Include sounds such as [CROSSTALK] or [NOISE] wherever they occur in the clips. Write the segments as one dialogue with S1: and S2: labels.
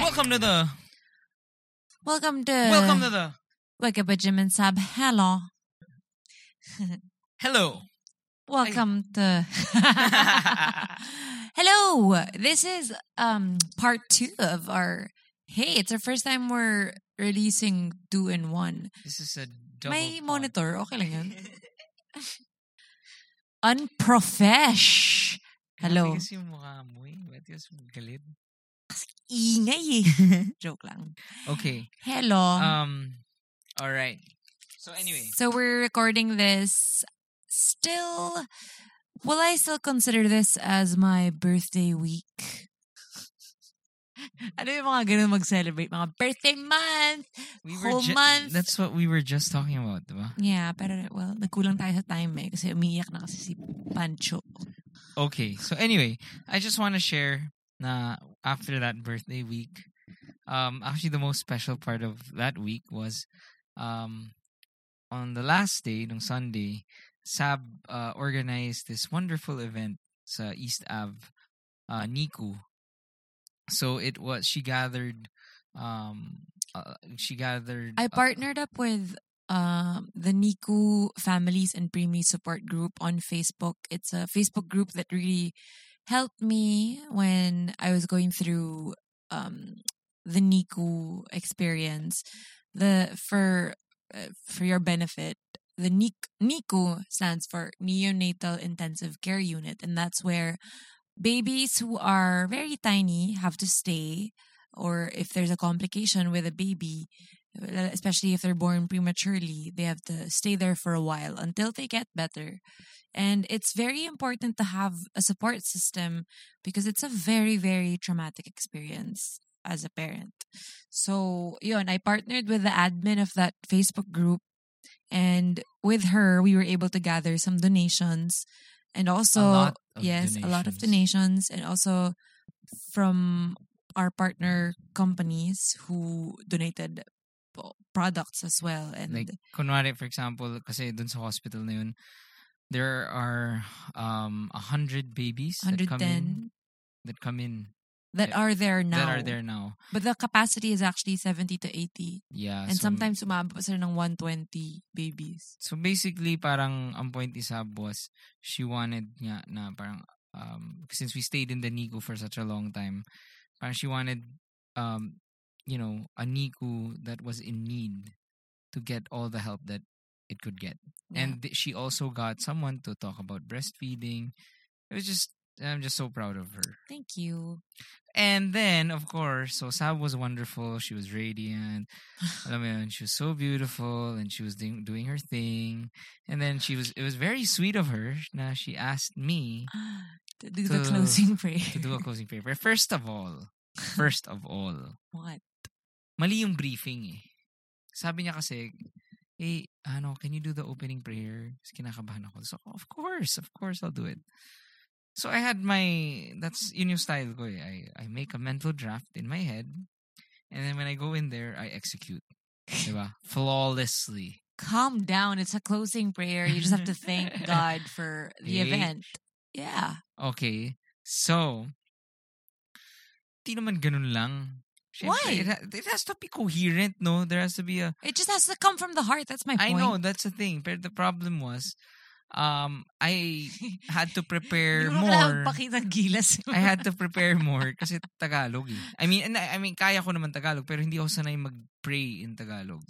S1: Welcome to the
S2: Welcome to
S1: welcome to the
S2: Wake Up with Jim and Sab. Hello.
S1: [LAUGHS] hello.
S2: Welcome to [LAUGHS] Hello. This is um part two of our Hey, it's our first time we're releasing two in one.
S1: This is a double.
S2: May
S1: pod.
S2: monitor, okay lang yun. [LAUGHS] Unprofesh. Hello.
S1: Matigas yung mukha mo eh. Matigas yung galit.
S2: Ingay eh.
S1: [LAUGHS]
S2: Joke lang.
S1: Okay.
S2: Hello.
S1: Um. All right. So anyway,
S2: So we're recording this still. Will I still consider this as my birthday week? [LAUGHS] ano yung mga ganun mag-celebrate? Mga birthday month!
S1: we
S2: whole
S1: were ju-
S2: month.
S1: That's what we were just talking about, diba?
S2: Yeah, pero well, nagkulang tayo sa time eh. Kasi umiiyak na kasi si Pancho.
S1: Okay. So anyway, I just want to share na after that birthday week, um, actually the most special part of that week was, um, on the last day, nung Sunday, Sab uh, organized this wonderful event sa East Ave, uh, Niku. So it was she gathered, um, uh, she gathered.
S2: I partnered up with um, the Niku Families and Preemie Support Group on Facebook. It's a Facebook group that really helped me when I was going through um, the Niku experience. The for uh, for your benefit, the Nik- Niku stands for Neonatal Intensive Care Unit, and that's where babies who are very tiny have to stay, or if there's a complication with a baby, uh, especially if they're born prematurely, they have to stay there for a while until they get better. And it's very important to have a support system because it's a very, very traumatic experience as a parent. So, yun, I partnered with the admin of that Facebook group. And with her, we were able to gather some donations and also yes, a lot of donations, and also from our partner companies who donated po- products as well. And
S1: like kunwari for example kasi dun sa hospital na yun there are um 100 babies that come in
S2: 110
S1: that come in
S2: that are there now.
S1: that are there now
S2: But the capacity is actually 70 to 80.
S1: yeah
S2: and
S1: Ah, so,
S2: sometimes umabot pa sila ng 120 babies.
S1: so basically parang ang point ni Sab was she wanted nga na parang um since we stayed in the NICU for such a long time parang she wanted um you know a NICU that was in need to get all the help that it could get
S2: Yeah.
S1: and th- she also got someone to talk about breastfeeding it was just i'm just so proud of her
S2: Thank you. [SIGHS]
S1: and then of course so sab was wonderful she was radiant alam mo yun, she was so beautiful and she was doing, doing her thing and then she was it was very sweet of her now she asked me
S2: to do the
S1: To- [LAUGHS]
S2: closing prayer.
S1: to do a closing paper first of all first of all
S2: [LAUGHS] What?
S1: mali yung briefing eh sabi niya kasi eh ano can you do the opening prayer Tapos kinakabahan ako so of course of course I'll do it So I had my that's yun yung style ko eh. I I make a mental draft in my head and then when I go in there I execute. diba? Flawlessly.
S2: Calm down. It's a closing prayer. You just have to
S1: [LAUGHS]
S2: thank God for the
S1: Eh?
S2: event. Yeah.
S1: Okay. So di naman ganun lang.
S2: Why?
S1: It, ha- it has to be coherent, no? There has to be a
S2: It just has to come from the heart. That's my
S1: [LAUGHS]
S2: point.
S1: I know that's the thing, but the problem was um I had to prepare
S2: Hindi mo kailangan
S1: more.
S2: pakita ang gilas. [LAUGHS]
S1: I had to prepare more kasi Tagalog eh. I mean, and I I mean, kaya ko naman Tagalog pero hindi ako sanay mag-pray in
S2: [LAUGHS]
S1: Tagalog.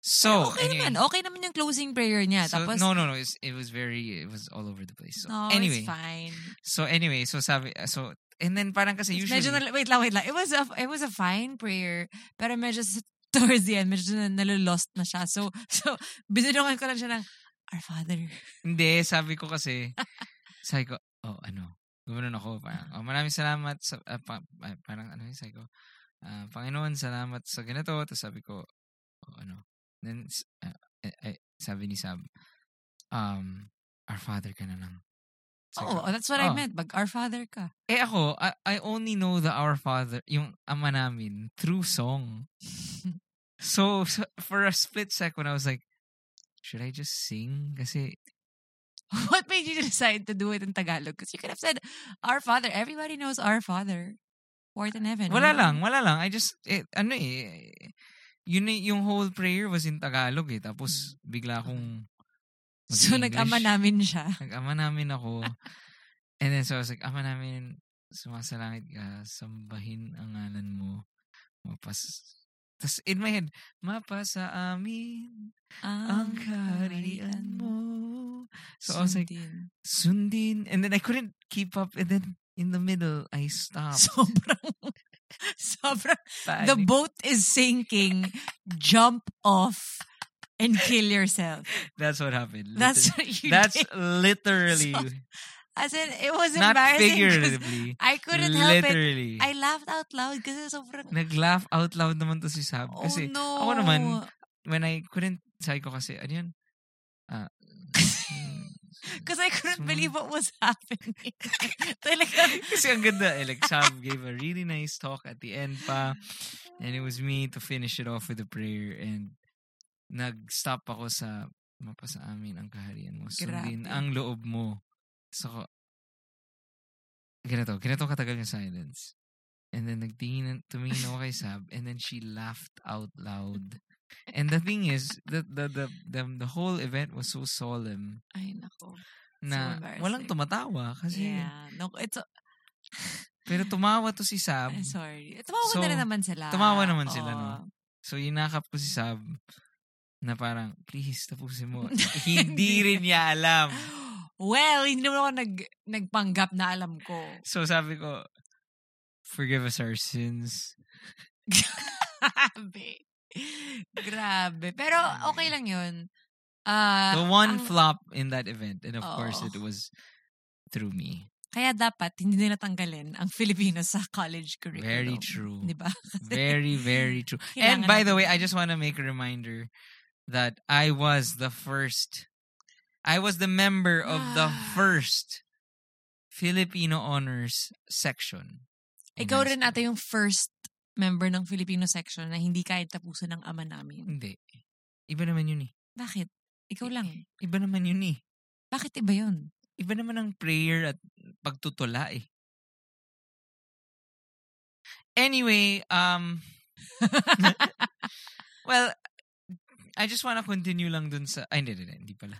S1: So,
S2: okay
S1: anyway.
S2: naman. Okay naman yung closing prayer niya.
S1: So,
S2: Tapos,
S1: no, no, no. It's, it was very, it was all over the place. So,
S2: no,
S1: anyway.
S2: it's fine.
S1: So, anyway, so sabi, so, and then parang kasi
S2: It's
S1: usually,
S2: Medyo na, wait lang, wait lang. It was a, it was a fine prayer. Pero medyo sa- [LAUGHS] towards the end, medyo na, nalolost na siya. So, [LAUGHS] so binulungan ko lang siya ng, Our Father.
S1: hindi, sabi ko kasi, sabi ko, oh, ano, gumanon ako, parang, oh, maraming salamat sa, ah, pa- ah, parang ano yun, sabi ko, ah, Panginoon, salamat sa ganito. Tapos sabi ko, oh, ano, then, s- ah, eh, eh, sabi ni Sab, um, our father ka na lang. Sabi
S2: Oh,
S1: ko,
S2: that's what I
S1: oh.
S2: meant. Bag, Our Father ka. [LAUGHS]
S1: Eh ako, I, I only know the Our Father, yung ama namin, through song. [LAUGHS] so, so, for a split second, I was like, should I just sing? Kasi,
S2: What made you decide to do it in Tagalog? Because you could have said, Our Father. Everybody knows Our Father. support in heaven.
S1: Wala lang, wala lang. I just, eh, ano eh, yun eh, yung whole prayer was in Tagalog eh. Tapos, bigla akong
S2: Mm. So,
S1: mag-English.
S2: nag-ama namin siya.
S1: Nag-ama namin
S2: [LAUGHS]
S1: ako. And then, so I was like, ama namin, sumasalangit ka, sambahin ang ngalan mo. Mapas. Tapos, in my head, mapasa amin ang kaharian mo. So, I was like,
S2: Sundin.
S1: sundin. And then I couldn't keep up. And then, in the middle, I stopped. [LAUGHS]
S2: sobrang, sobrang, [LAUGHS] the
S1: Panic.
S2: boat is sinking. Jump off and kill
S1: [LAUGHS]
S2: yourself.
S1: That's what happened.
S2: That's
S1: Liter-
S2: what you
S1: That's
S2: did.
S1: literally,
S2: As in, it was
S1: [LAUGHS] not
S2: embarrassing 'cause
S1: figuratively.
S2: I couldn't help it.
S1: literally.
S2: I laughed out loud kasi sobrang,
S1: Nag-laugh out loud naman to si Sab.
S2: oh
S1: Kasi
S2: no.
S1: ako naman, when I couldn't, sabi ko kasi, ano yun? Ah, mm,
S2: Because I couldn't
S1: Sum-
S2: believe what was happening. [LAUGHS] Talaga.
S1: kasi ang ganda. Eh, like, Sab gave a really nice talk at the end pa. And it was me to finish it off with a prayer. And nag-stop ako sa mapasa amin ang kaharian mo. Sundin
S2: Grabe.
S1: ang loob mo. So, ko, ganito. Ganito katagal yung silence. And then nagtingin, tumingin ako kay Sab. And then she laughed out loud. And the thing is, the, the, the, the, the whole event was so solemn
S2: Ay, nako.
S1: na
S2: embarrassing.
S1: walang tumatawa kasi um,
S2: Yeah. No, it's,
S1: pero tumawa to si Sab.
S2: I'm sorry. Tumawa
S1: So,
S2: na rin naman sila.
S1: tumawa naman sila,
S2: Oo.
S1: no? So inakap ko si Sab na parang please tapusin
S2: [LAUGHS]
S1: mo. Hindi rin niya alam.
S2: Well, hindi naman ako nag, nagpanggap na alam ko.
S1: So sabi ko forgive us our sins.
S2: Grabe. Grabe. Pero okay lang yun. Ah, Oh.
S1: Mm. The one
S2: ang-
S1: flop in that event and of course
S2: Oo.
S1: it was through
S2: [LAUGHS]
S1: me.
S2: Kaya dapat hindi na natanggalin ang Filipino sa college curriculum.
S1: Very true.
S2: Di ba? [LAUGHS]
S1: Very very true. And by the way, I just want to make a reminder that I was the first. I was the member of
S2: [GASPS]
S1: the first Filipino honors section. in
S2: Ikaw
S1: high
S2: rin
S1: school.
S2: ata yung first member ng Filipino section na hindi kahit tapusan ng ama namin.
S1: Hindi. Iba naman yun eh.
S2: Bakit? Ikaw lang.
S1: Iba naman yun eh.
S2: Bakit iba yun?
S1: Iba naman ang prayer at pagtutula eh. Anyway, um, [LAUGHS] well, I just want to continue lang dun sa... Ay, hindi, hindi, hindi pala.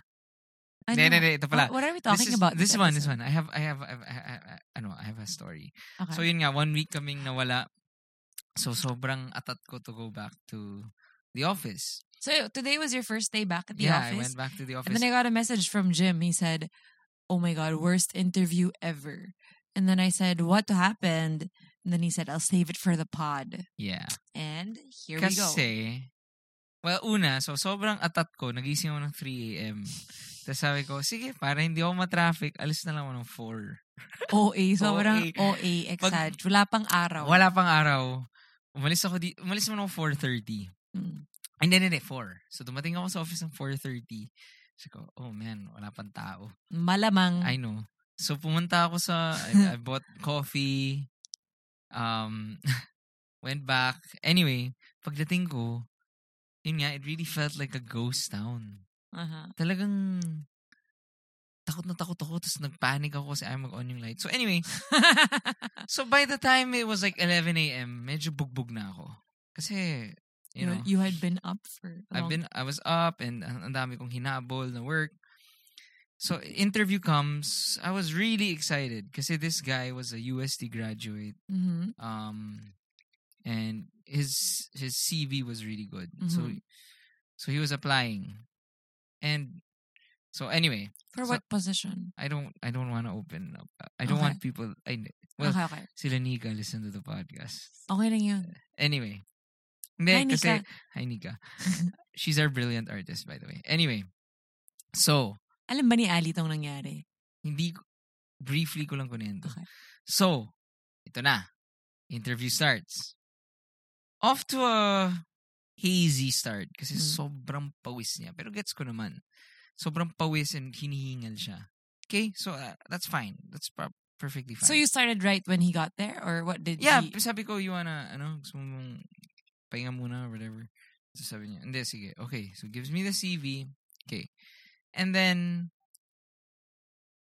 S1: Hindi, hindi, hindi, ito pala.
S2: Ano? What are we talking
S1: this is,
S2: about?
S1: This, one, this
S2: episode?
S1: one. I have, I have, I have, I have, I- I- ano, I have a story.
S2: Okay.
S1: So yun nga, one week kaming nawala. So sobrang atat ko to go back to the office.
S2: So today was your first day back at the
S1: yeah, I
S2: office.
S1: went back to
S2: and
S1: the office.
S2: then I got a message from Jim. He said, "Oh my god, worst interview ever." And then I said, "What happened?" And then he said, "I'll save it for the pod."
S1: yeah.
S2: And here [LAUGHS] we go.
S1: Kasi, well, una, so sobrang atat ko. Nagising ako ng 3 a.m. Tapos sabi ko, sige, para hindi ako matraffic, alis na lang ako ng
S2: OA, sobrang
S1: OA.
S2: OA, exaggerate. Wala pang
S1: 4.
S2: araw.
S1: Wala pang araw. Umalis ako di, umalis naman ako 4.30.
S2: Mm.
S1: And then, hindi, 4. So, dumating ako sa office ng 4.30. Sabi ko, oh man, wala pang tao.
S2: Malamang.
S1: I know. So pumunta ako sa
S2: [LAUGHS]
S1: I, I bought coffee. Um [LAUGHS] went back. Anyway, pagdating ko, yun nga, it really felt like a ghost town.
S2: Aha. [LAUGHS]
S1: Talagang takot na takot ako tapos nagpanic ako kasi ayaw mag-on yung light. So anyway, so by the time it was like 11 a.m., medyo bugbog na ako. Kasi, you know,
S2: you had been up for. a
S1: I've
S2: long-
S1: been I was up and ang ang dami kong hinabol na work. So interview comes, I was really excited kasi this guy was a USD graduate
S2: Mhm.
S1: um and his his CV was really good. So
S2: Mhm.
S1: so he was applying. And so anyway,
S2: For
S1: So-
S2: what position?
S1: I don't I don't want to open up. uh, I don't
S2: Okay.
S1: want people I Well,
S2: okay, okay.
S1: sila Nika listen to the podcast.
S2: Okay lang yun.
S1: Anyway. Hindi,
S2: Hi,
S1: kasi,
S2: Nika.
S1: Hi, Nika.
S2: [LAUGHS]
S1: She's our brilliant artist, by the way. Anyway, so,
S2: Alam ba ni Ali tong nangyari?
S1: hindi, ko- briefly ko lang kunento.
S2: Okay.
S1: So, ito na. Interview starts. Off to a hazy start kasi
S2: Mm.
S1: sobrang pawis niya. Pero gets ko naman. Sobrang pawis and hinihingal siya. Okay? So, uh, that's fine. That's prob- perfectly fine.
S2: So you started right when he got there, or what did?
S1: Yeah,
S2: he...
S1: sabi ko, you wanna, ano, gusto mo mong pahinga muna or whatever. So sabi niya, hindi, sige. Okay, so gives me the CV. Okay. And then,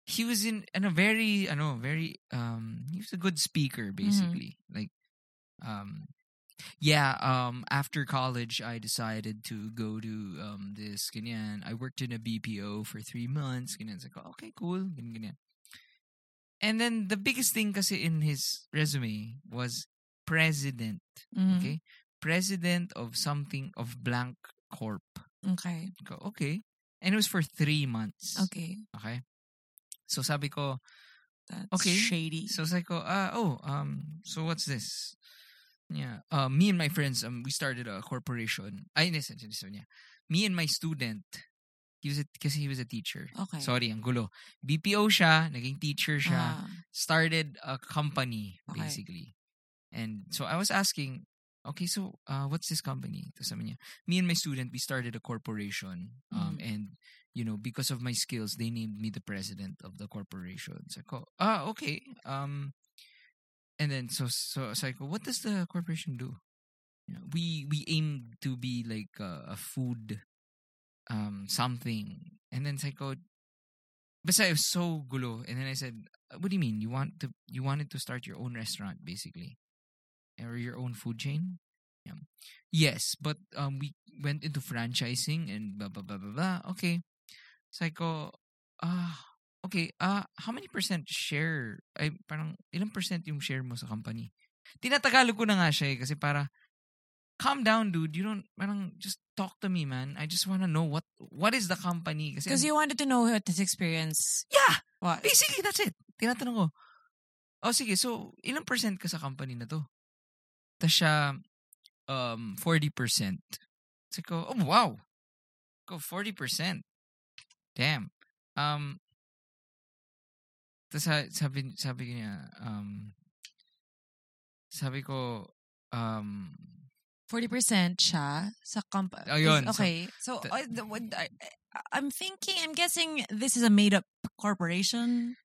S1: he was in, ano, very, ano, very, um, he was a good speaker, basically. Like, Um, yeah, um, after college, I decided to go to um, this, ganyan. I worked in a BPO for three months, ganyan. It's like, "Oh, okay, cool, ganyan, ganyan. And then the biggest thing kasi in his resume was president,
S2: Mm,
S1: okay? President of something, of blank corp.
S2: Okay.
S1: Ko, Okay. And it was for three months.
S2: Okay.
S1: Okay. So sabi ko,
S2: That's
S1: Okay.
S2: shady.
S1: So it's like, oh, uh, oh, um, so what's this? Yeah, uh, me and my friends, um, we started a corporation. I this, one, this one, yeah. Me and my student, he was because he was a teacher.
S2: Okay.
S1: Sorry, ang gulo. BPO siya, naging teacher
S2: Ah,
S1: siya. Started a company
S2: Okay.
S1: basically, and so I was asking, okay, so uh, what's this company? Tapos sabi niya, me and my student, we started a corporation, um, and you know, because of my skills, they named me the president of the corporation. So I go, ah, okay. Um, and then so so so I go, what does the corporation do? You know, we we aim to be like a, a food, um, something. And then so I go, but I was so gulo. And then I said, what do you mean? You want to you wanted to start your own restaurant, basically, or your own food chain? Yeah. Yes, but um, we went into franchising and blah blah blah blah blah. Okay. So I go, ah, okay, ah, how many percent share? Ay, parang, ilang percent yung share mo sa company? Tinatagalog ko na nga siya eh, kasi para, calm down, dude. You don't, parang, just talk to me, man. I just wanna know what, what is the company? Kasi,
S2: Because you wanted to know what this experience
S1: yeah,
S2: was.
S1: basically, that's it. Tinatanong ko, oh, sige, so, ilang percent ka sa company na to? Tapos siya, um, 40%. So ko, oh, wow. Ko, 40%. Damn. Um, tapos sabi, sabi niya, um, sabi ko, um,
S2: 40% siya sa company.
S1: Ayun, so-
S2: Okay. So,
S1: the-
S2: uh, the- what, I, I'm thinking, I'm guessing this is a made up corporation.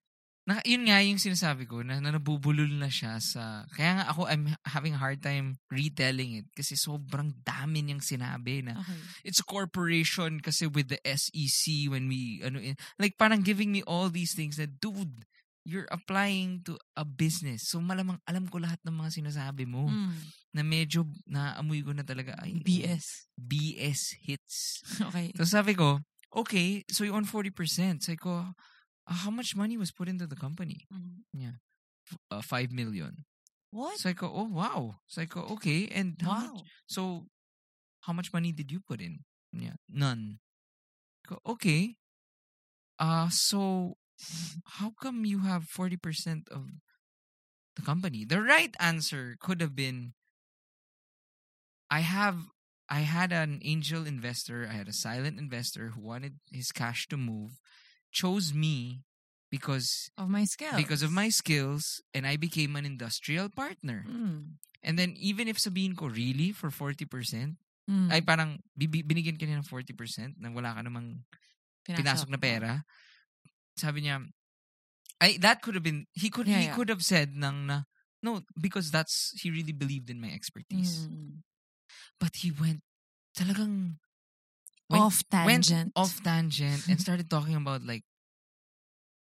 S1: na, yun nga yung sinasabi ko, na, na nabubulol na siya sa, kaya nga ako, I'm having a hard time retelling it kasi sobrang dami niyang sinabi na
S2: Okay.
S1: it's a corporation kasi with the SEC when we ano in- like parang giving me all these things that dude you're applying to a business so malamang alam ko lahat ng mga sinasabi mo
S2: Mm.
S1: na medyo naamoy ko na talaga ay
S2: BS.
S1: BS hits
S2: [LAUGHS] Okay.
S1: so sabi ko okay so you own 40% sabi ko "Ah, how much money was put into the company
S2: Mm.
S1: uh, 5 million
S2: What?
S1: so I go oh wow so I go okay and how much
S2: Wow.
S1: So, how much money did you put in? Yeah, none. Ko, Okay. Uh, so, how come you have 40% of the company? The right answer could have been I have I had an angel investor, I had a silent investor who wanted his cash to move, chose me because
S2: Of my skill.
S1: because of my skills and I became an industrial partner.
S2: Mm.
S1: And then even if sabihin ko really for 40%,
S2: Mm.
S1: ay parang bibi- binigyan ka niya ng 40% nang wala ka namang pinasok na pera. Sabi niya, ay, that could have been, he could,
S2: Yeah,
S1: he
S2: yeah.
S1: could have said nang na, no, because that's, he really believed in my expertise.
S2: Mm.
S1: But he went, talagang Went-
S2: Off tangent.
S1: went off tangent and started talking about like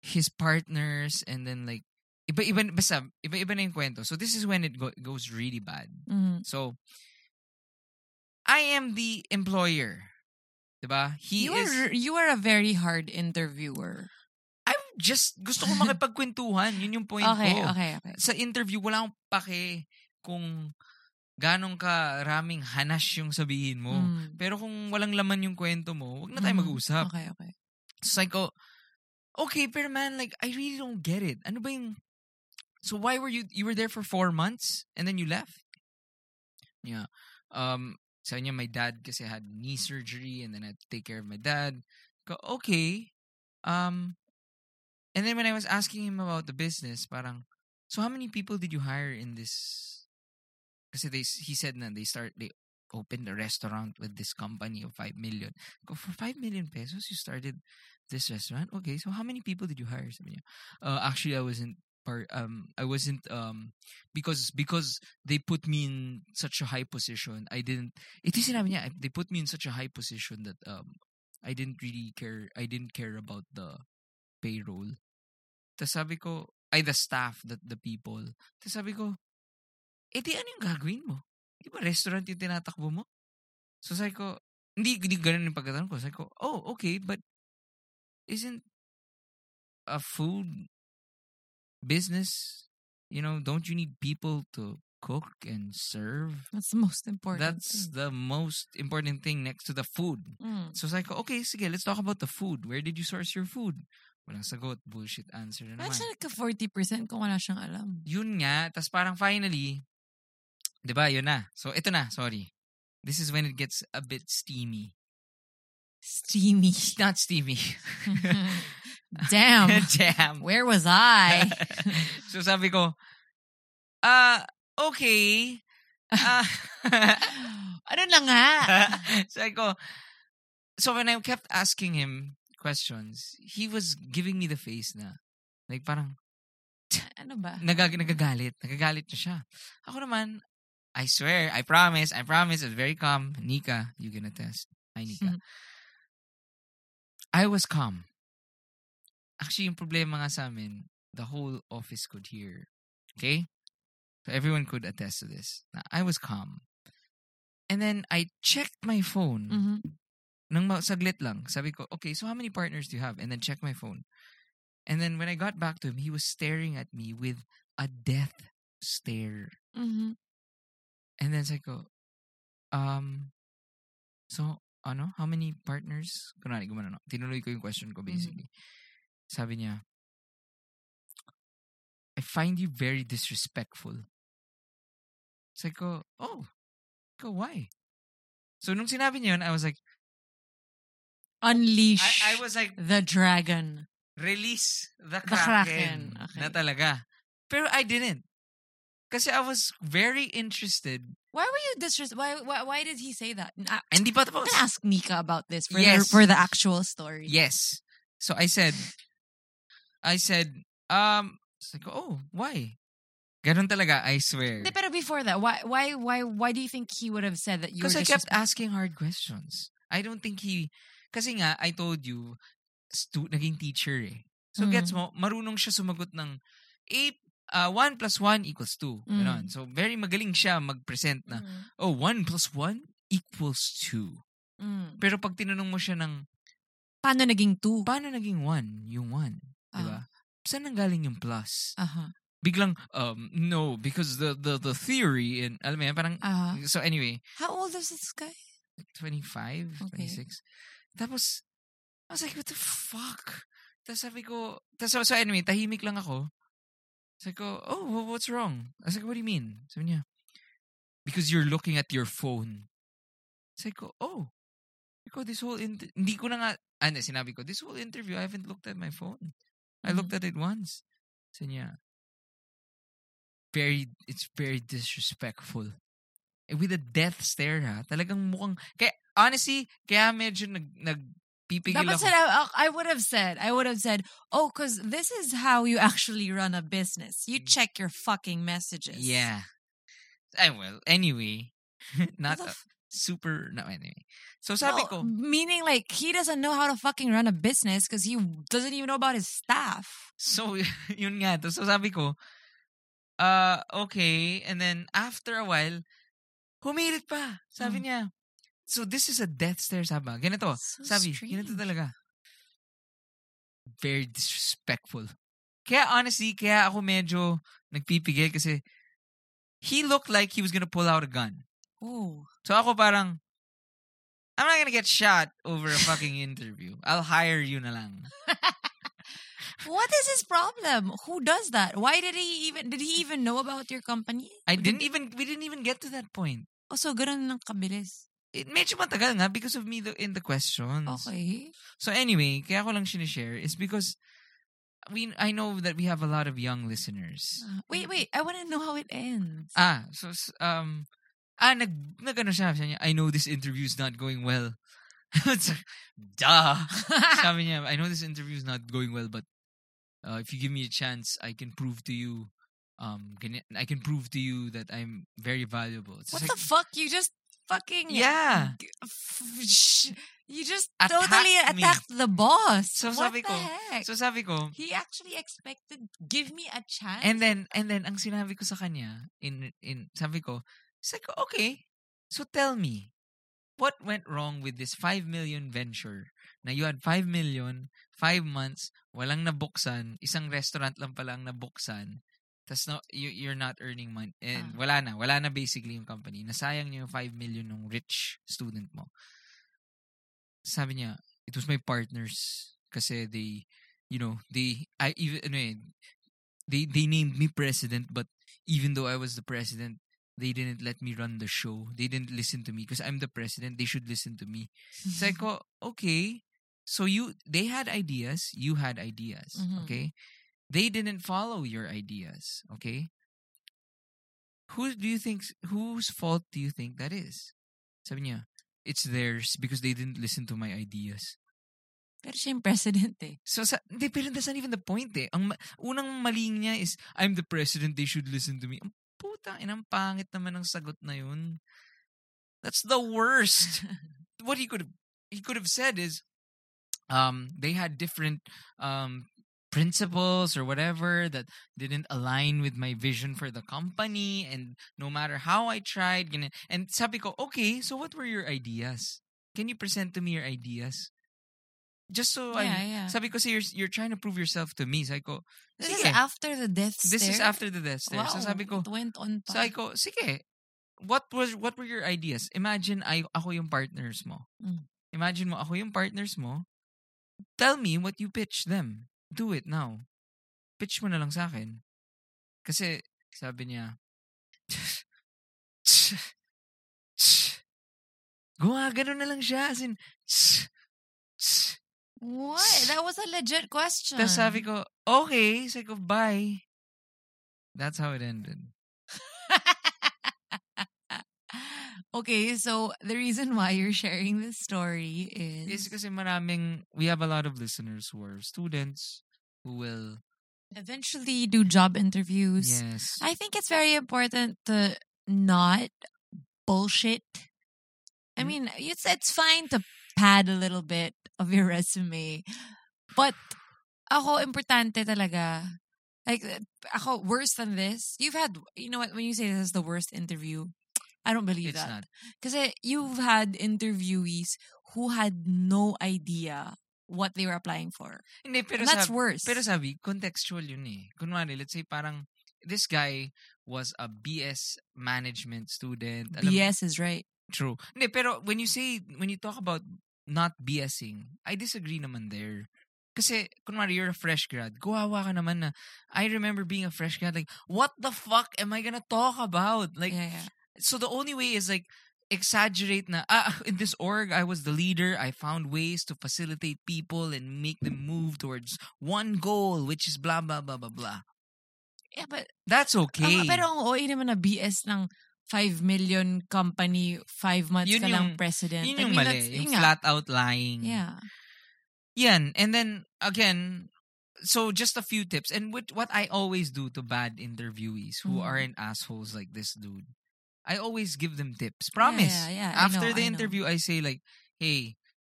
S1: his partners and then like, iba-iba, basta, iba-iba na yung kwento. So this is when it go- goes really bad.
S2: Mm.
S1: So, I am the employer. Diba? He
S2: You
S1: is...
S2: are you are a very hard interviewer.
S1: I'm just... Gusto ko
S2: [LAUGHS]
S1: makipagkwentuhan. Yun yung point
S2: Okay,
S1: ko.
S2: okay, okay.
S1: Sa interview, wala akong pake kung ganong karaming hanas yung sabihin mo.
S2: Mm.
S1: Pero kung walang laman yung kwento mo, wag na tayo
S2: Mm.
S1: mag-uusap.
S2: Okay, okay.
S1: So, I go, "Oh, okay, pero man, like, I really don't get it. Ano ba yung... So, why were you... You were there for four months and then you left? Yeah. Um, sa niya, my dad kasi had knee surgery and then I had to take care of my dad. Go, okay. Um, and then when I was asking him about the business, parang, so how many people did you hire in this? Kasi they, he said na they start, they opened a restaurant with this company of 5 million. Go, for 5 million pesos, you started this restaurant? Okay, so how many people did you hire? Sabi niya, Uh, actually, I wasn't part, um, I wasn't, um, because, because they put me in such a high position, I didn't, ito yung sinabi niya, they put me in such a high position that, um, I didn't really care, I didn't care about the payroll. Tapos sabi ko, ay, the staff, that the people. Tapos sabi ko, eh di ano yung gagawin mo? Di ba restaurant yung tinatakbo mo? So sabi ko, hindi, hindi ganun yung pagkatanong ko. Sabi ko, oh, okay, but isn't a food business, you know, don't you need people to cook and serve?
S2: That's the most important.
S1: That's
S2: thing.
S1: the most important thing next to the food.
S2: Mm.
S1: So sabi ko, okay, sige, let's talk about the food. Where did you source your food? Walang sagot. Bullshit answer na naman.
S2: Imagine nagka 40% kung wala siyang alam.
S1: [LAUGHS] yun nga, tas parang finally, 'di ba? Yun na. So ito na, sorry. This is when it gets a bit steamy.
S2: Steamy.
S1: Not
S2: [LAUGHS]
S1: steamy.
S2: Damn.
S1: [LAUGHS] Jam.
S2: Where was I?
S1: [LAUGHS] so sabi ko, ah, okay. Ah, [LAUGHS]
S2: ano na nga?
S1: sabi ko, so when I kept asking him questions, he was giving me the face na, like parang,
S2: ano ba?
S1: nagag nagagalit. Nagagalit na siya. Ako naman, I swear, I promise, I promise, it's very calm. Nika, you can attest. Hi, Nika. I was calm. Actually, yung problema nga sa amin, the whole office could hear. Okay? So everyone could attest to this. Na I was calm. And then I checked my phone
S2: Mhm.
S1: nang ma- saglit lang, sabi ko, okay, so how many partners do you have? And then check my phone. And then when I got back to him, he was staring at me with a death stare.
S2: Mhm.
S1: And then sabi ko, um, so, ano, how many partners? Kunwari, gumano, no? Tinuloy ko yung question ko, basically. Sabi niya, I find you very disrespectful. Sabi ko, oh, ko, why? So, nung sinabi niya yun, I was like,
S2: Unleash
S1: I, I was like,
S2: the dragon.
S1: release the
S2: The Kraken.
S1: Kraken,
S2: Okay.
S1: na talaga. Pero I didn't. Kasi I was very interested.
S2: Why were you disres? Why, why why did he say that? I,
S1: Hindi pa
S2: I'm
S1: tapos.
S2: gonna ask Nika about this for
S1: Yes.
S2: the, for the actual story.
S1: Yes. So I said, I said, um, sabi ko, oh, why? Ganun talaga, I swear.
S2: Hindi, pero before that, why why why why do you think he would have said that you?
S1: Because
S2: were
S1: I kept
S2: disres-
S1: asking hard questions. I don't think he, kasi nga, I told you, stu- naging teacher eh. So
S2: Mm.
S1: gets mo, marunong siya sumagot ng 8, uh, 1 plus 1 equals 2.
S2: Mm.
S1: Ganon. So very magaling siya mag-present na,
S2: Mm.
S1: oh, 1 plus 1 equals 2.
S2: Mm.
S1: Pero pag tinanong mo siya ng,
S2: Paano naging two?
S1: paano naging 1 yung 1? Di ba? Saan nanggaling yung plus?
S2: Aha.
S1: Biglang, um, no, because the, the, the theory, in, alam mo yan, parang,
S2: Aha.
S1: so anyway,
S2: uh-huh. How old is this guy?
S1: 25,
S2: Okay.
S1: 26. Tapos, I was like, what the fuck? Tapos sabi ko, tapos so, so anyway, tahimik lang ako. Sabi ko, oh, wha- what's wrong? I was like, what do you mean? Sabi niya, because you're looking at your phone. Sabi ko, oh. Sabi ko, this whole, inter- hindi ko na nga, ano, sinabi ko, this whole interview, I haven't looked at my phone. I
S2: Mm-hmm.
S1: looked at it once. Sabi niya, very, it's very disrespectful. Eh, With a death stare, ha? Talagang mukhang, kaya, honestly, kaya medyo nag, nagpipigil
S2: Dapat
S1: ako.
S2: said, I, I would have said, I would have said, oh, because this is how you actually run a business. You
S1: Mm.
S2: check your fucking messages.
S1: Yeah. I will. Anyway, [LAUGHS]
S2: What
S1: not
S2: the
S1: a
S2: f-
S1: super, no, anyway. So sabi
S2: No,
S1: ko,
S2: Meaning, like, he doesn't know how to fucking run a business because he doesn't even know about his staff.
S1: so, [LAUGHS] yun nga. to. So sabi ko, uh, okay. And then, after a while, humilit pa. Sabi niya, so this is a death stare, sabi. ba? Ganito.
S2: Hmm. So
S1: Sabi,
S2: strange.
S1: ganito talaga. Very disrespectful. Kaya honestly, kaya ako medyo nagpipigil kasi he looked like he was gonna pull out a gun.
S2: Oh.
S1: So ako parang, I'm not gonna get shot over a fucking interview. I'll hire you na lang.
S2: What is his problem? Who does that? Why did he even, did he even know about your company?
S1: I didn't even, we didn't even get to that point.
S2: Oh, so ganun ng kabilis.
S1: It eh, medyo matagal nga because of me the, in the questions.
S2: Okay.
S1: So anyway, kaya ko lang sinishare is because we I know that we have a lot of young listeners.
S2: Uh, wait, wait. I want to know how it ends.
S1: Ah, so s- um ah nag nagano siya, sabi niya, I know this interview's not going well. [LAUGHS] It's like, Duh. [LAUGHS] sabi niya, I know this interview's not going well but uh, if you give me a chance, I can prove to you um gani- I can prove to you that I'm very valuable. It's
S2: what
S1: like,
S2: the fuck? You just fucking
S1: Yeah.
S2: You just
S1: Attacked
S2: totally
S1: me.
S2: attacked the boss.
S1: So
S2: what
S1: sabi
S2: the
S1: ko,
S2: heck?
S1: So sabi ko,
S2: he actually expected give me a chance.
S1: and then and then ang sinabi ko sa kanya in in sabi ko, sabi ko, okay. So tell me, what went wrong with this 5 million venture? Na you had 5 million, 5 months, walang nabuksan, isang restaurant lang pala ang nabuksan. Tapos no, you, you're not earning money.
S2: Ah.
S1: And wala na. Wala na basically yung company. Nasayang niyo yung 5 million ng rich student mo. Sabi niya, it was my partners kasi they, you know, they, I even, ano eh, they, they named me president but even though I was the president, they didn't let me run the show. They didn't listen to me because I'm the president. They should listen to me. It's like, oh, okay. So you, they had ideas. You had ideas.
S2: Mhm.
S1: Okay. They didn't follow your ideas. Okay. Who do you think? Whose fault do you think that is? Sabi niya, it's theirs because they didn't listen to my ideas.
S2: [LAUGHS] Pero siya yung president
S1: [LAUGHS]
S2: eh.
S1: So, sa, hindi, pero that's not even the point eh. Ang ma- unang maling niya is, I'm the president, they should listen to me. Ang putang, inang pangit naman ang sagot na yun. That's the worst. What he could have, he could have said is, um, they had different um, principles or whatever that didn't align with my vision for the company and no matter how I tried, ganyan. and sabi ko, okay, so what were your ideas? Can you present to me your ideas? Just so I
S2: yeah, yeah.
S1: Sabi ko, so you're, you're trying to prove yourself to me. Sabi ko,
S2: this is
S1: sige.
S2: after the death
S1: This is
S2: stare?
S1: after the death stare.
S2: Wow,
S1: So sabi ko,
S2: it went on pa.
S1: sabi ko, sige, what, was, what were your ideas? Imagine I, ako yung partners mo.
S2: Mm.
S1: Imagine mo, ako yung partners mo. Tell me what you pitch them. Do it now. Pitch mo na lang sa akin. Kasi, sabi niya, gumagano na lang siya. As in,
S2: What?
S1: [LAUGHS]
S2: That was a legit question.
S1: Tapos sabi ko, okay. Sabi ko, bye. That's how it ended.
S2: [LAUGHS] okay, so the reason why you're sharing this story
S1: Is
S2: is
S1: kasi maraming, we have a lot of listeners who are students who will,
S2: eventually do job interviews.
S1: yes.
S2: I think it's very important to not bullshit. I
S1: Mm.
S2: mean, it's it's fine to pad a little bit of your [LAUGHS] resume, but ako importante talaga. Like eh, ako worse than this. You've had you know what when you say this is the worst interview, I don't believe
S1: it's
S2: that.
S1: not.
S2: Kasi you've had interviewees who had no idea what they were applying for.
S1: Hindi, pero
S2: And that's
S1: sab-
S2: worse.
S1: Pero sabi, contextual yun eh. Kunwari, let's say parang, this guy was a BS management student. Alam-
S2: BS is right.
S1: True. Hindi, pero when you say, when you talk about not BSing, I disagree naman there. Kasi, kunwari, you're a fresh grad. Kuhawa ka naman na, I remember being a fresh grad, like, what the fuck am I gonna talk about? Like,
S2: yeah, yeah.
S1: so the only way is like exaggerate na ah, [LAUGHS] in this org I was the leader I found ways to facilitate people and make them move towards one goal which is blah blah blah blah blah
S2: Yeah, but
S1: that's
S2: Ang-
S1: okay
S2: pero ang OA naman na BS ng 5 million company, 5 months
S1: Yun
S2: ka lang
S1: yung-
S2: president.
S1: yun
S2: I
S1: yung
S2: mean,
S1: mali
S2: that's-
S1: yung
S2: yun nga.
S1: flat out lying
S2: Yeah.
S1: Yan. And then, again, so just a few tips. And what, what I always do to bad interviewees who
S2: Mhm.
S1: aren't assholes like this dude, I always give them tips. Promise.
S2: Yeah, yeah, I
S1: After
S2: know,
S1: the
S2: I know.
S1: interview, I say like, hey,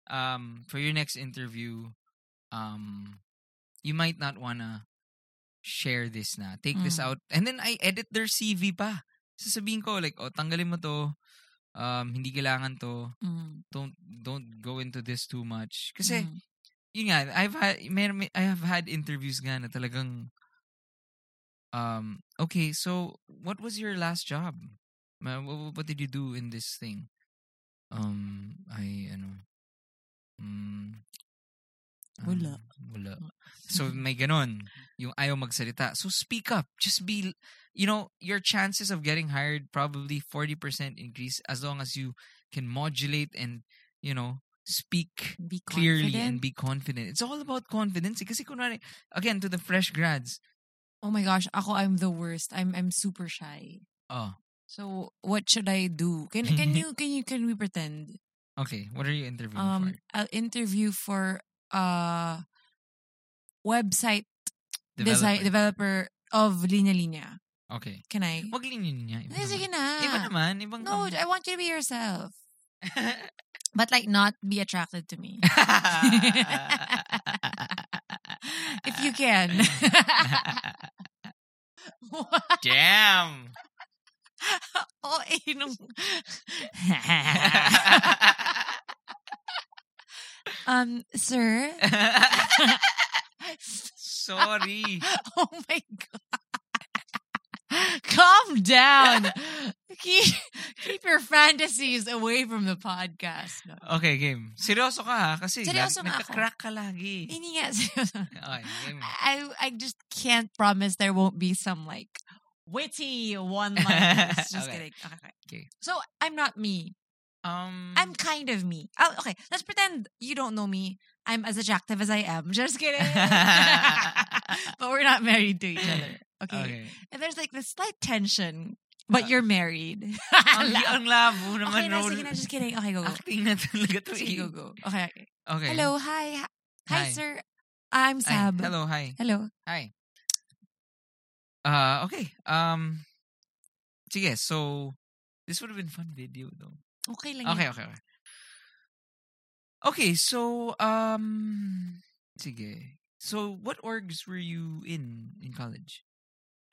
S1: um, for your next interview, um, you might not want to share this na. Take this
S2: Mm.
S1: out. And then I edit their CV pa. Sasabihin ko like, oh, tanggalin mo to. Um, hindi kailangan to.
S2: Mm,
S1: Don't, don't go into this too much. Kasi,
S2: mm.
S1: yun nga, I've had, may, may- I have had interviews nga na talagang, um, okay, so, what was your last job? Ma- wha- wha- What did you do in this thing? Um, I, ano, um, um,
S2: Wala.
S1: Wala. So, may ganon. Yung ayaw magsalita. So, speak up. Just be, you know, your chances of getting hired probably 40% increase as long as you can modulate and, you know, speak
S2: Be
S1: clearly and
S2: confident.
S1: be confident. It's all about confidence. eh. Kasi kunwari, again, to the fresh grads,
S2: oh my gosh, ako I'm the worst. I'm I'm super shy.
S1: oh,
S2: So what should I do? Can
S1: [LAUGHS]
S2: can you can you can we pretend?
S1: okay, what are you interviewing
S2: Um
S1: for?
S2: I'll interview for uh website design
S1: Developer.
S2: developer of Linya Linya.
S1: Okay.
S2: Can I?
S1: Wag linyon niya. Iba
S2: Eh, sige
S1: naman.
S2: na.
S1: Iba naman. Ibang
S2: No, I want you to be yourself. But like not be attracted to me. if
S1: [LAUGHS]
S2: you can. [LAUGHS] [LAUGHS]
S1: Damn.
S2: oh, eh, nung- um, sir. [LAUGHS]
S1: Sorry.
S2: Oh my god. Calm down. keep, keep your fantasies away from the podcast. No.
S1: Okay, game. Seryoso ka ha? Kasi
S2: Seryoso
S1: lag-
S2: nga ako.
S1: nagka-crack ka lagi.
S2: Hindi nga, seryoso.
S1: Okay, game.
S2: I I just can't promise there won't be some like witty one liners. Just
S1: Okay.
S2: kidding. Okay, okay.
S1: Okay.
S2: So I'm not me.
S1: Um, [LAUGHS]
S2: I'm kind of me. Oh, okay, let's pretend you don't know me. I'm as attractive as I am. [LAUGHS] Just kidding.
S1: [LAUGHS]
S2: [LAUGHS] but we're not married to each other. Okay.
S1: Okay.
S2: And there's like this slight tension, but
S1: Uh, Oh,
S2: you're married. [LAUGHS]
S1: Ang,
S2: Ala.
S1: ang labo naman.
S2: okay, na,
S1: Raul.
S2: sige na, just kidding. Okay, go,
S1: [LAUGHS]
S2: go.
S1: Acting na talaga [LAUGHS] to
S2: Sige,
S1: eh.
S2: go, go. Okay, okay.
S1: Okay.
S2: Hello, hi. Hi,
S1: Hi.
S2: sir. I'm
S1: Ay,
S2: Sab.
S1: hello, hi.
S2: Hello.
S1: Hi. Uh, okay. Um, sige, so, this would have been fun video though.
S2: Okay lang
S1: Okay,
S2: yan.
S1: okay, okay. Okay, so, um, sige. So, what orgs were you in in college?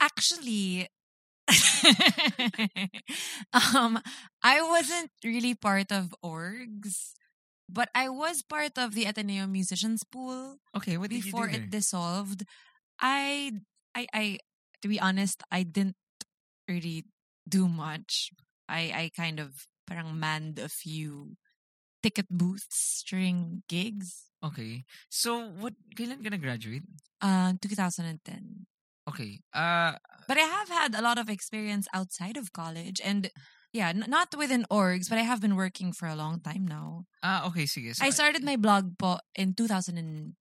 S2: Actually, [LAUGHS] um, I wasn't really part of orgs, but I was part of the Ateneo Musicians Pool.
S1: Okay, what did
S2: before
S1: you do
S2: it
S1: there?
S2: dissolved I, I i to be honest i didn't really do much i i kind of parang manned a few ticket booths during gigs
S1: Okay. So, what, kailan ka na-graduate?
S2: uh 2010
S1: Okay. Uh,
S2: but i have had a lot of experience outside of college and yeah n- not within orgs but i have been working for a long time now
S1: ah, okay, sige. So,
S2: i started my blog po in 2003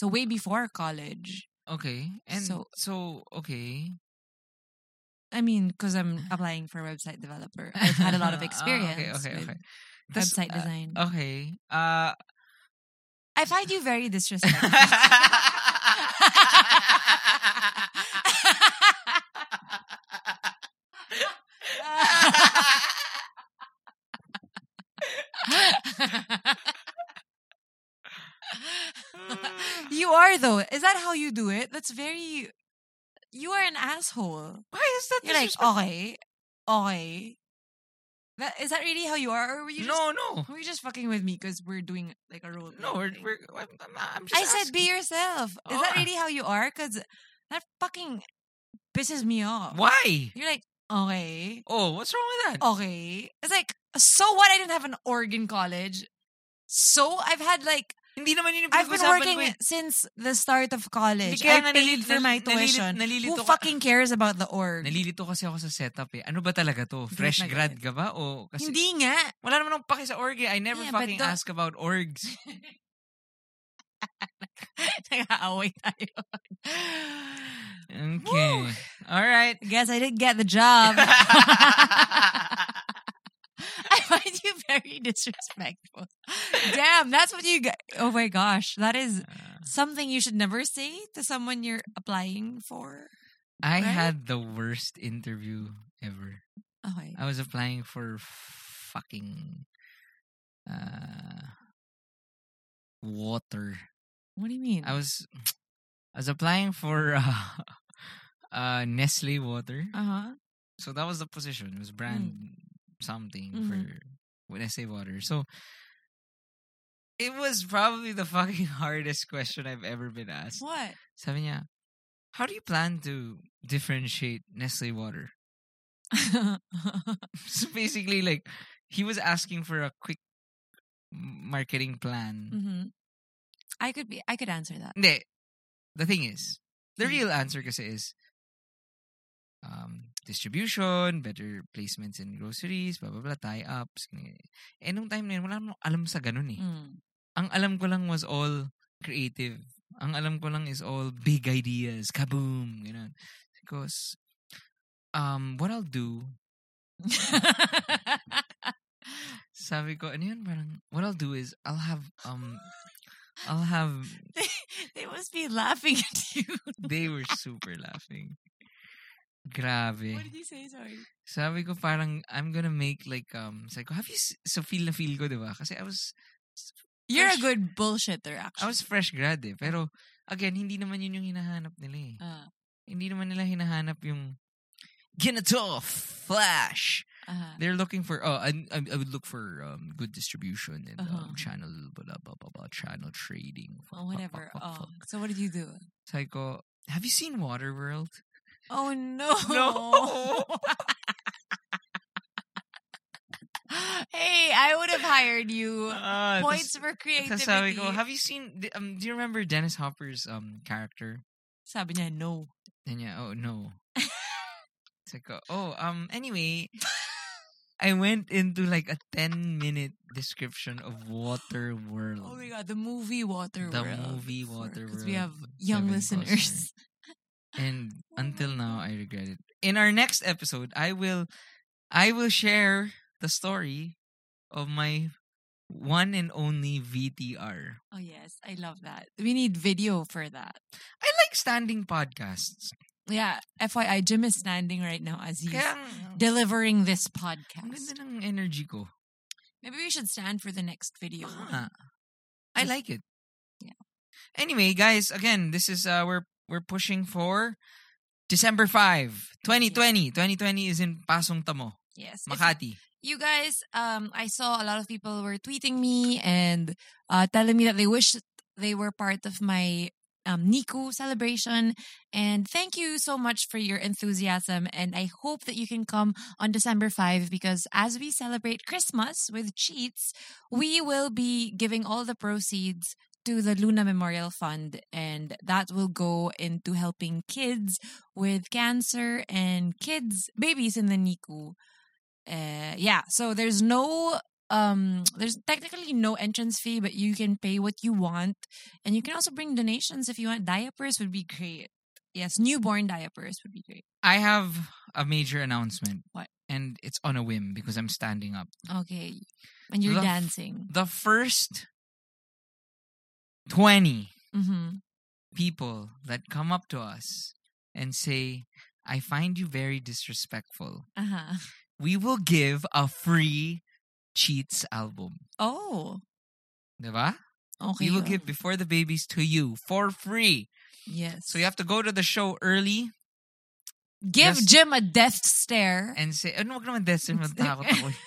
S2: so way before college
S1: Okay. And so,
S2: So-
S1: okay. [LAUGHS]
S2: I mean, because I'm applying for a website developer. I've had a lot
S1: [LAUGHS]
S2: of
S1: Ah,
S2: experience
S1: okay, okay,
S2: with
S1: okay. Tas,
S2: website
S1: ah,
S2: design.
S1: okay.
S2: [LAUGHS]
S1: Uh,
S2: I find you very disrespectful.
S1: [LAUGHS]
S2: [LAUGHS] you are though. Is that how you do it? That's very. You are an asshole.
S1: [LAUGHS] Why is that
S2: You're like, "Oh,
S1: disrespect-
S2: okay, okay. That is that really how you are, or were you just,
S1: No,
S2: [LAUGHS]
S1: no.
S2: were you just fucking with me because we're doing like a role?
S1: No,
S2: play
S1: we're,
S2: thing?
S1: we're, I'm, I'm just
S2: I said be yourself. Is that
S1: Oh.
S2: really how you are? Because that fucking pisses me off.
S1: Why?
S2: You're like, okay,
S1: Oh, what's wrong with that?
S2: okay. It's like, so what? I didn't have an org in college. So I've had like,
S1: Hindi naman yun yung
S2: I've been
S1: pinag-usapan
S2: working
S1: ko eh.
S2: since the start of college.
S1: Hindi,
S2: I
S1: kaya nga
S2: paid
S1: nalil-
S2: for my
S1: nal- nalilito-
S2: tuition.
S1: nalilito
S2: Who
S1: ka-
S2: fucking cares about the org?
S1: Nalilito kasi ako sa setup eh. Ano ba talaga to?
S2: Hindi
S1: Fresh
S2: talaga
S1: grad
S2: yun.
S1: ka ba? O kasi
S2: Hindi nga.
S1: wala naman akong paki sa org eh. I never
S2: Yeah, but
S1: fucking
S2: don't-
S1: ask about orgs.
S2: [LAUGHS] Nag-aaway tayo.
S1: Okay. All right.
S2: Guess I didn't get the
S1: [LAUGHS]
S2: job. [LAUGHS] I find you very disrespectful. Damn, that's what you get. Oh my gosh, that is something you should never say to someone you're applying for.
S1: I
S2: Right?
S1: had the worst interview ever.
S2: Okay.
S1: I was applying for fucking uh, water.
S2: What do you mean?
S1: I was I was applying for [LAUGHS] uh, uh, Nestle water.
S2: Uh huh.
S1: So that was the position. It was brand something
S2: Mhm.
S1: for when I say water. So it was probably the fucking [LAUGHS] hardest question I've ever been asked.
S2: What? [LAUGHS]
S1: Sabi niya, how do you plan to differentiate Nestle water? [LAUGHS] So basically, like, he was asking for a quick marketing plan.
S2: hmm I could be. I could answer that.
S1: Hindi. The thing is, the
S2: Mm.
S1: real answer kasi is um, distribution, better placements in groceries, blah, blah, blah, tie-ups. ganyan. Eh, nung time na yun, wala akong alam sa ganun eh.
S2: [LAUGHS] Mm.
S1: Ang alam ko lang was all creative. Ang alam ko lang is all big ideas. Kaboom! Ganun. Because, um, what I'll do Sabi ko, ano yun? Parang, what I'll do is, I'll have, um, I'll have,
S2: they must be laughing at you. [LAUGHS]
S1: they were super laughing. Grabe.
S2: What did you say? Sorry.
S1: Sabi ko parang, I'm gonna make like, um, sabi ko, have you, s- so feel na feel ko, di ba? Kasi I was,
S2: You're a
S1: Fresh-
S2: good bullshitter, actually.
S1: I was fresh grad eh. Pero, again, hindi naman yun yung hinahanap nila eh.
S2: Uh,
S1: Hindi naman nila hinahanap yung, Ginato! Flash!
S2: uh,
S1: They're looking for, oh, I, I, I would look for um, good distribution and
S2: Uh-huh.
S1: um, channel, blah, blah, blah, blah, channel trading.
S2: oh,
S1: [LAUGHS]
S2: whatever.
S1: Fuck,
S2: Oh,
S1: fuck, fuck.
S2: so what did you
S1: [LAUGHS]
S2: do?
S1: Sabi ko, have you seen Waterworld?
S2: [LAUGHS] Oh no!
S1: No!
S2: [LAUGHS] [GASPS] hey, I would have hired you.
S1: [LAUGHS] Ah, tas-
S2: Points for
S1: Tapos
S2: creativity.
S1: sabi ko, have you seen, di- um, do you remember Dennis Hopper's um character?
S2: Sabi niya, no.
S1: And yeah, oh no. Sabi ko, oh, um, anyway, I went into like a 10 minute description of Waterworld.
S2: [LAUGHS] Oh my god, the movie Waterworld.
S1: movie
S2: Because we
S1: Waterworld
S2: have
S1: with
S2: young
S1: Kevin
S2: listeners. [LAUGHS]
S1: And
S2: Oh my
S1: until now, I regret it. In our next episode, I will, I will share the story of my one and only VTR.
S2: Oh yes, I love that. We need video for that.
S1: I like standing podcasts.
S2: Yeah, FYI, Jim is standing right now as he's
S1: Kaya,
S2: oh,
S1: ang-
S2: delivering this
S1: ang
S2: podcast.
S1: ganda ng energy ko.
S2: Maybe we should stand for the next video.
S1: Ah, I
S2: Just-
S1: like it.
S2: Yeah.
S1: Anyway, guys, again, this is uh we're we're pushing for December 5, 2020. 2020 is in Pasong Tamo,
S2: Yes. if
S1: Makati.
S2: you guys, um, I saw a lot of people were tweeting me and uh, telling me that they wish they were part of my um, Niku celebration. And thank you so much for your enthusiasm. And I hope that you can come on December 5 because as we celebrate Christmas with Cheats, we will be giving all the proceeds to the Luna Memorial Fund. And that will go into helping kids with cancer and kids, babies in the NICU uh, yeah so there's no um there's technically no entrance fee but you can pay what you want and you can also bring donations if you want diapers would be great yes newborn diapers would be great
S1: I have a major announcement.
S2: What?
S1: And it's on a whim because I'm standing up.
S2: okay and you're
S1: The f-
S2: dancing
S1: The first 20
S2: mm-hmm.
S1: people that come up to us and say, "I find you very disrespectful."
S2: uh-huh
S1: we will give a free cheats album.
S2: oh
S1: Diba?
S2: okay
S1: We will give Before the Babies to you for free.
S2: yes
S1: So you have to go to the show early
S2: give
S1: just-
S2: jim a death stare
S1: and say, ano wag naman Des, matakot ako.
S2: [LAUGHS]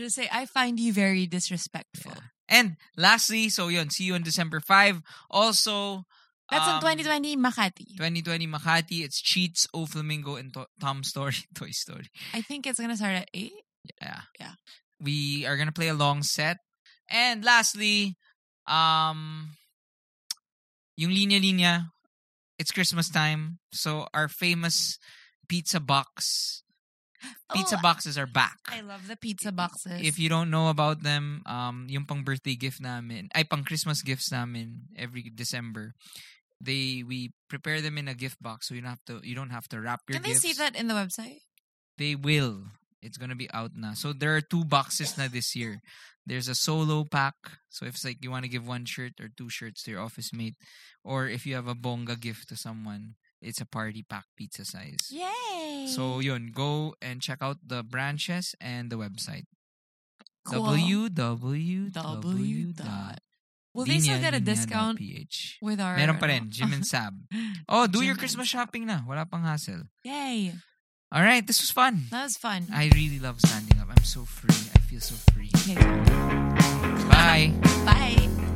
S2: just say i find you very disrespectful
S1: Yeah. And lastly, so yun, see you on December 5. Also,
S2: that's
S1: um,
S2: in 2020 makati
S1: 2020 Makati. It's Cheats, O Flamingo, and to- Tom Story, [LAUGHS] Toy Story.
S2: i think it's gonna start at 8
S1: Yeah.
S2: Yeah.
S1: We are gonna play a long set. And lastly, um yung linya linya, it's Christmas time. So our famous pizza box pizza
S2: Oh,
S1: boxes are back.
S2: I love the pizza boxes.
S1: If you don't know about them, um yung pang birthday gift namin, ay pang Christmas gifts namin every December. They we prepare them in a gift box so you don't have to you don't have to wrap your
S2: can they see
S1: gifts.
S2: that in the website?
S1: They will. It's gonna be out na. So there are two boxes na this year. There's a solo pack. So if it's like you want to give one shirt or two shirts to your office mate, or if you have a bonga gift to someone, it's a party pack pizza size.
S2: Yay!
S1: So yun, go and check out the branches and the website.
S2: Cool. W dot.
S1: www.linya.ph.
S2: Will they still get a discount with our?
S1: Meron pa rin, Jim and
S2: [LAUGHS]
S1: Sab. Oh, do
S2: Jim
S1: your
S2: and
S1: Christmas
S2: Sab.
S1: shopping na. Wala pang hassle.
S2: Yay!
S1: All right, this was fun.
S2: That was fun.
S1: I really love standing up. I'm so free. I feel so free.
S2: okay,
S1: Bye.
S2: bye.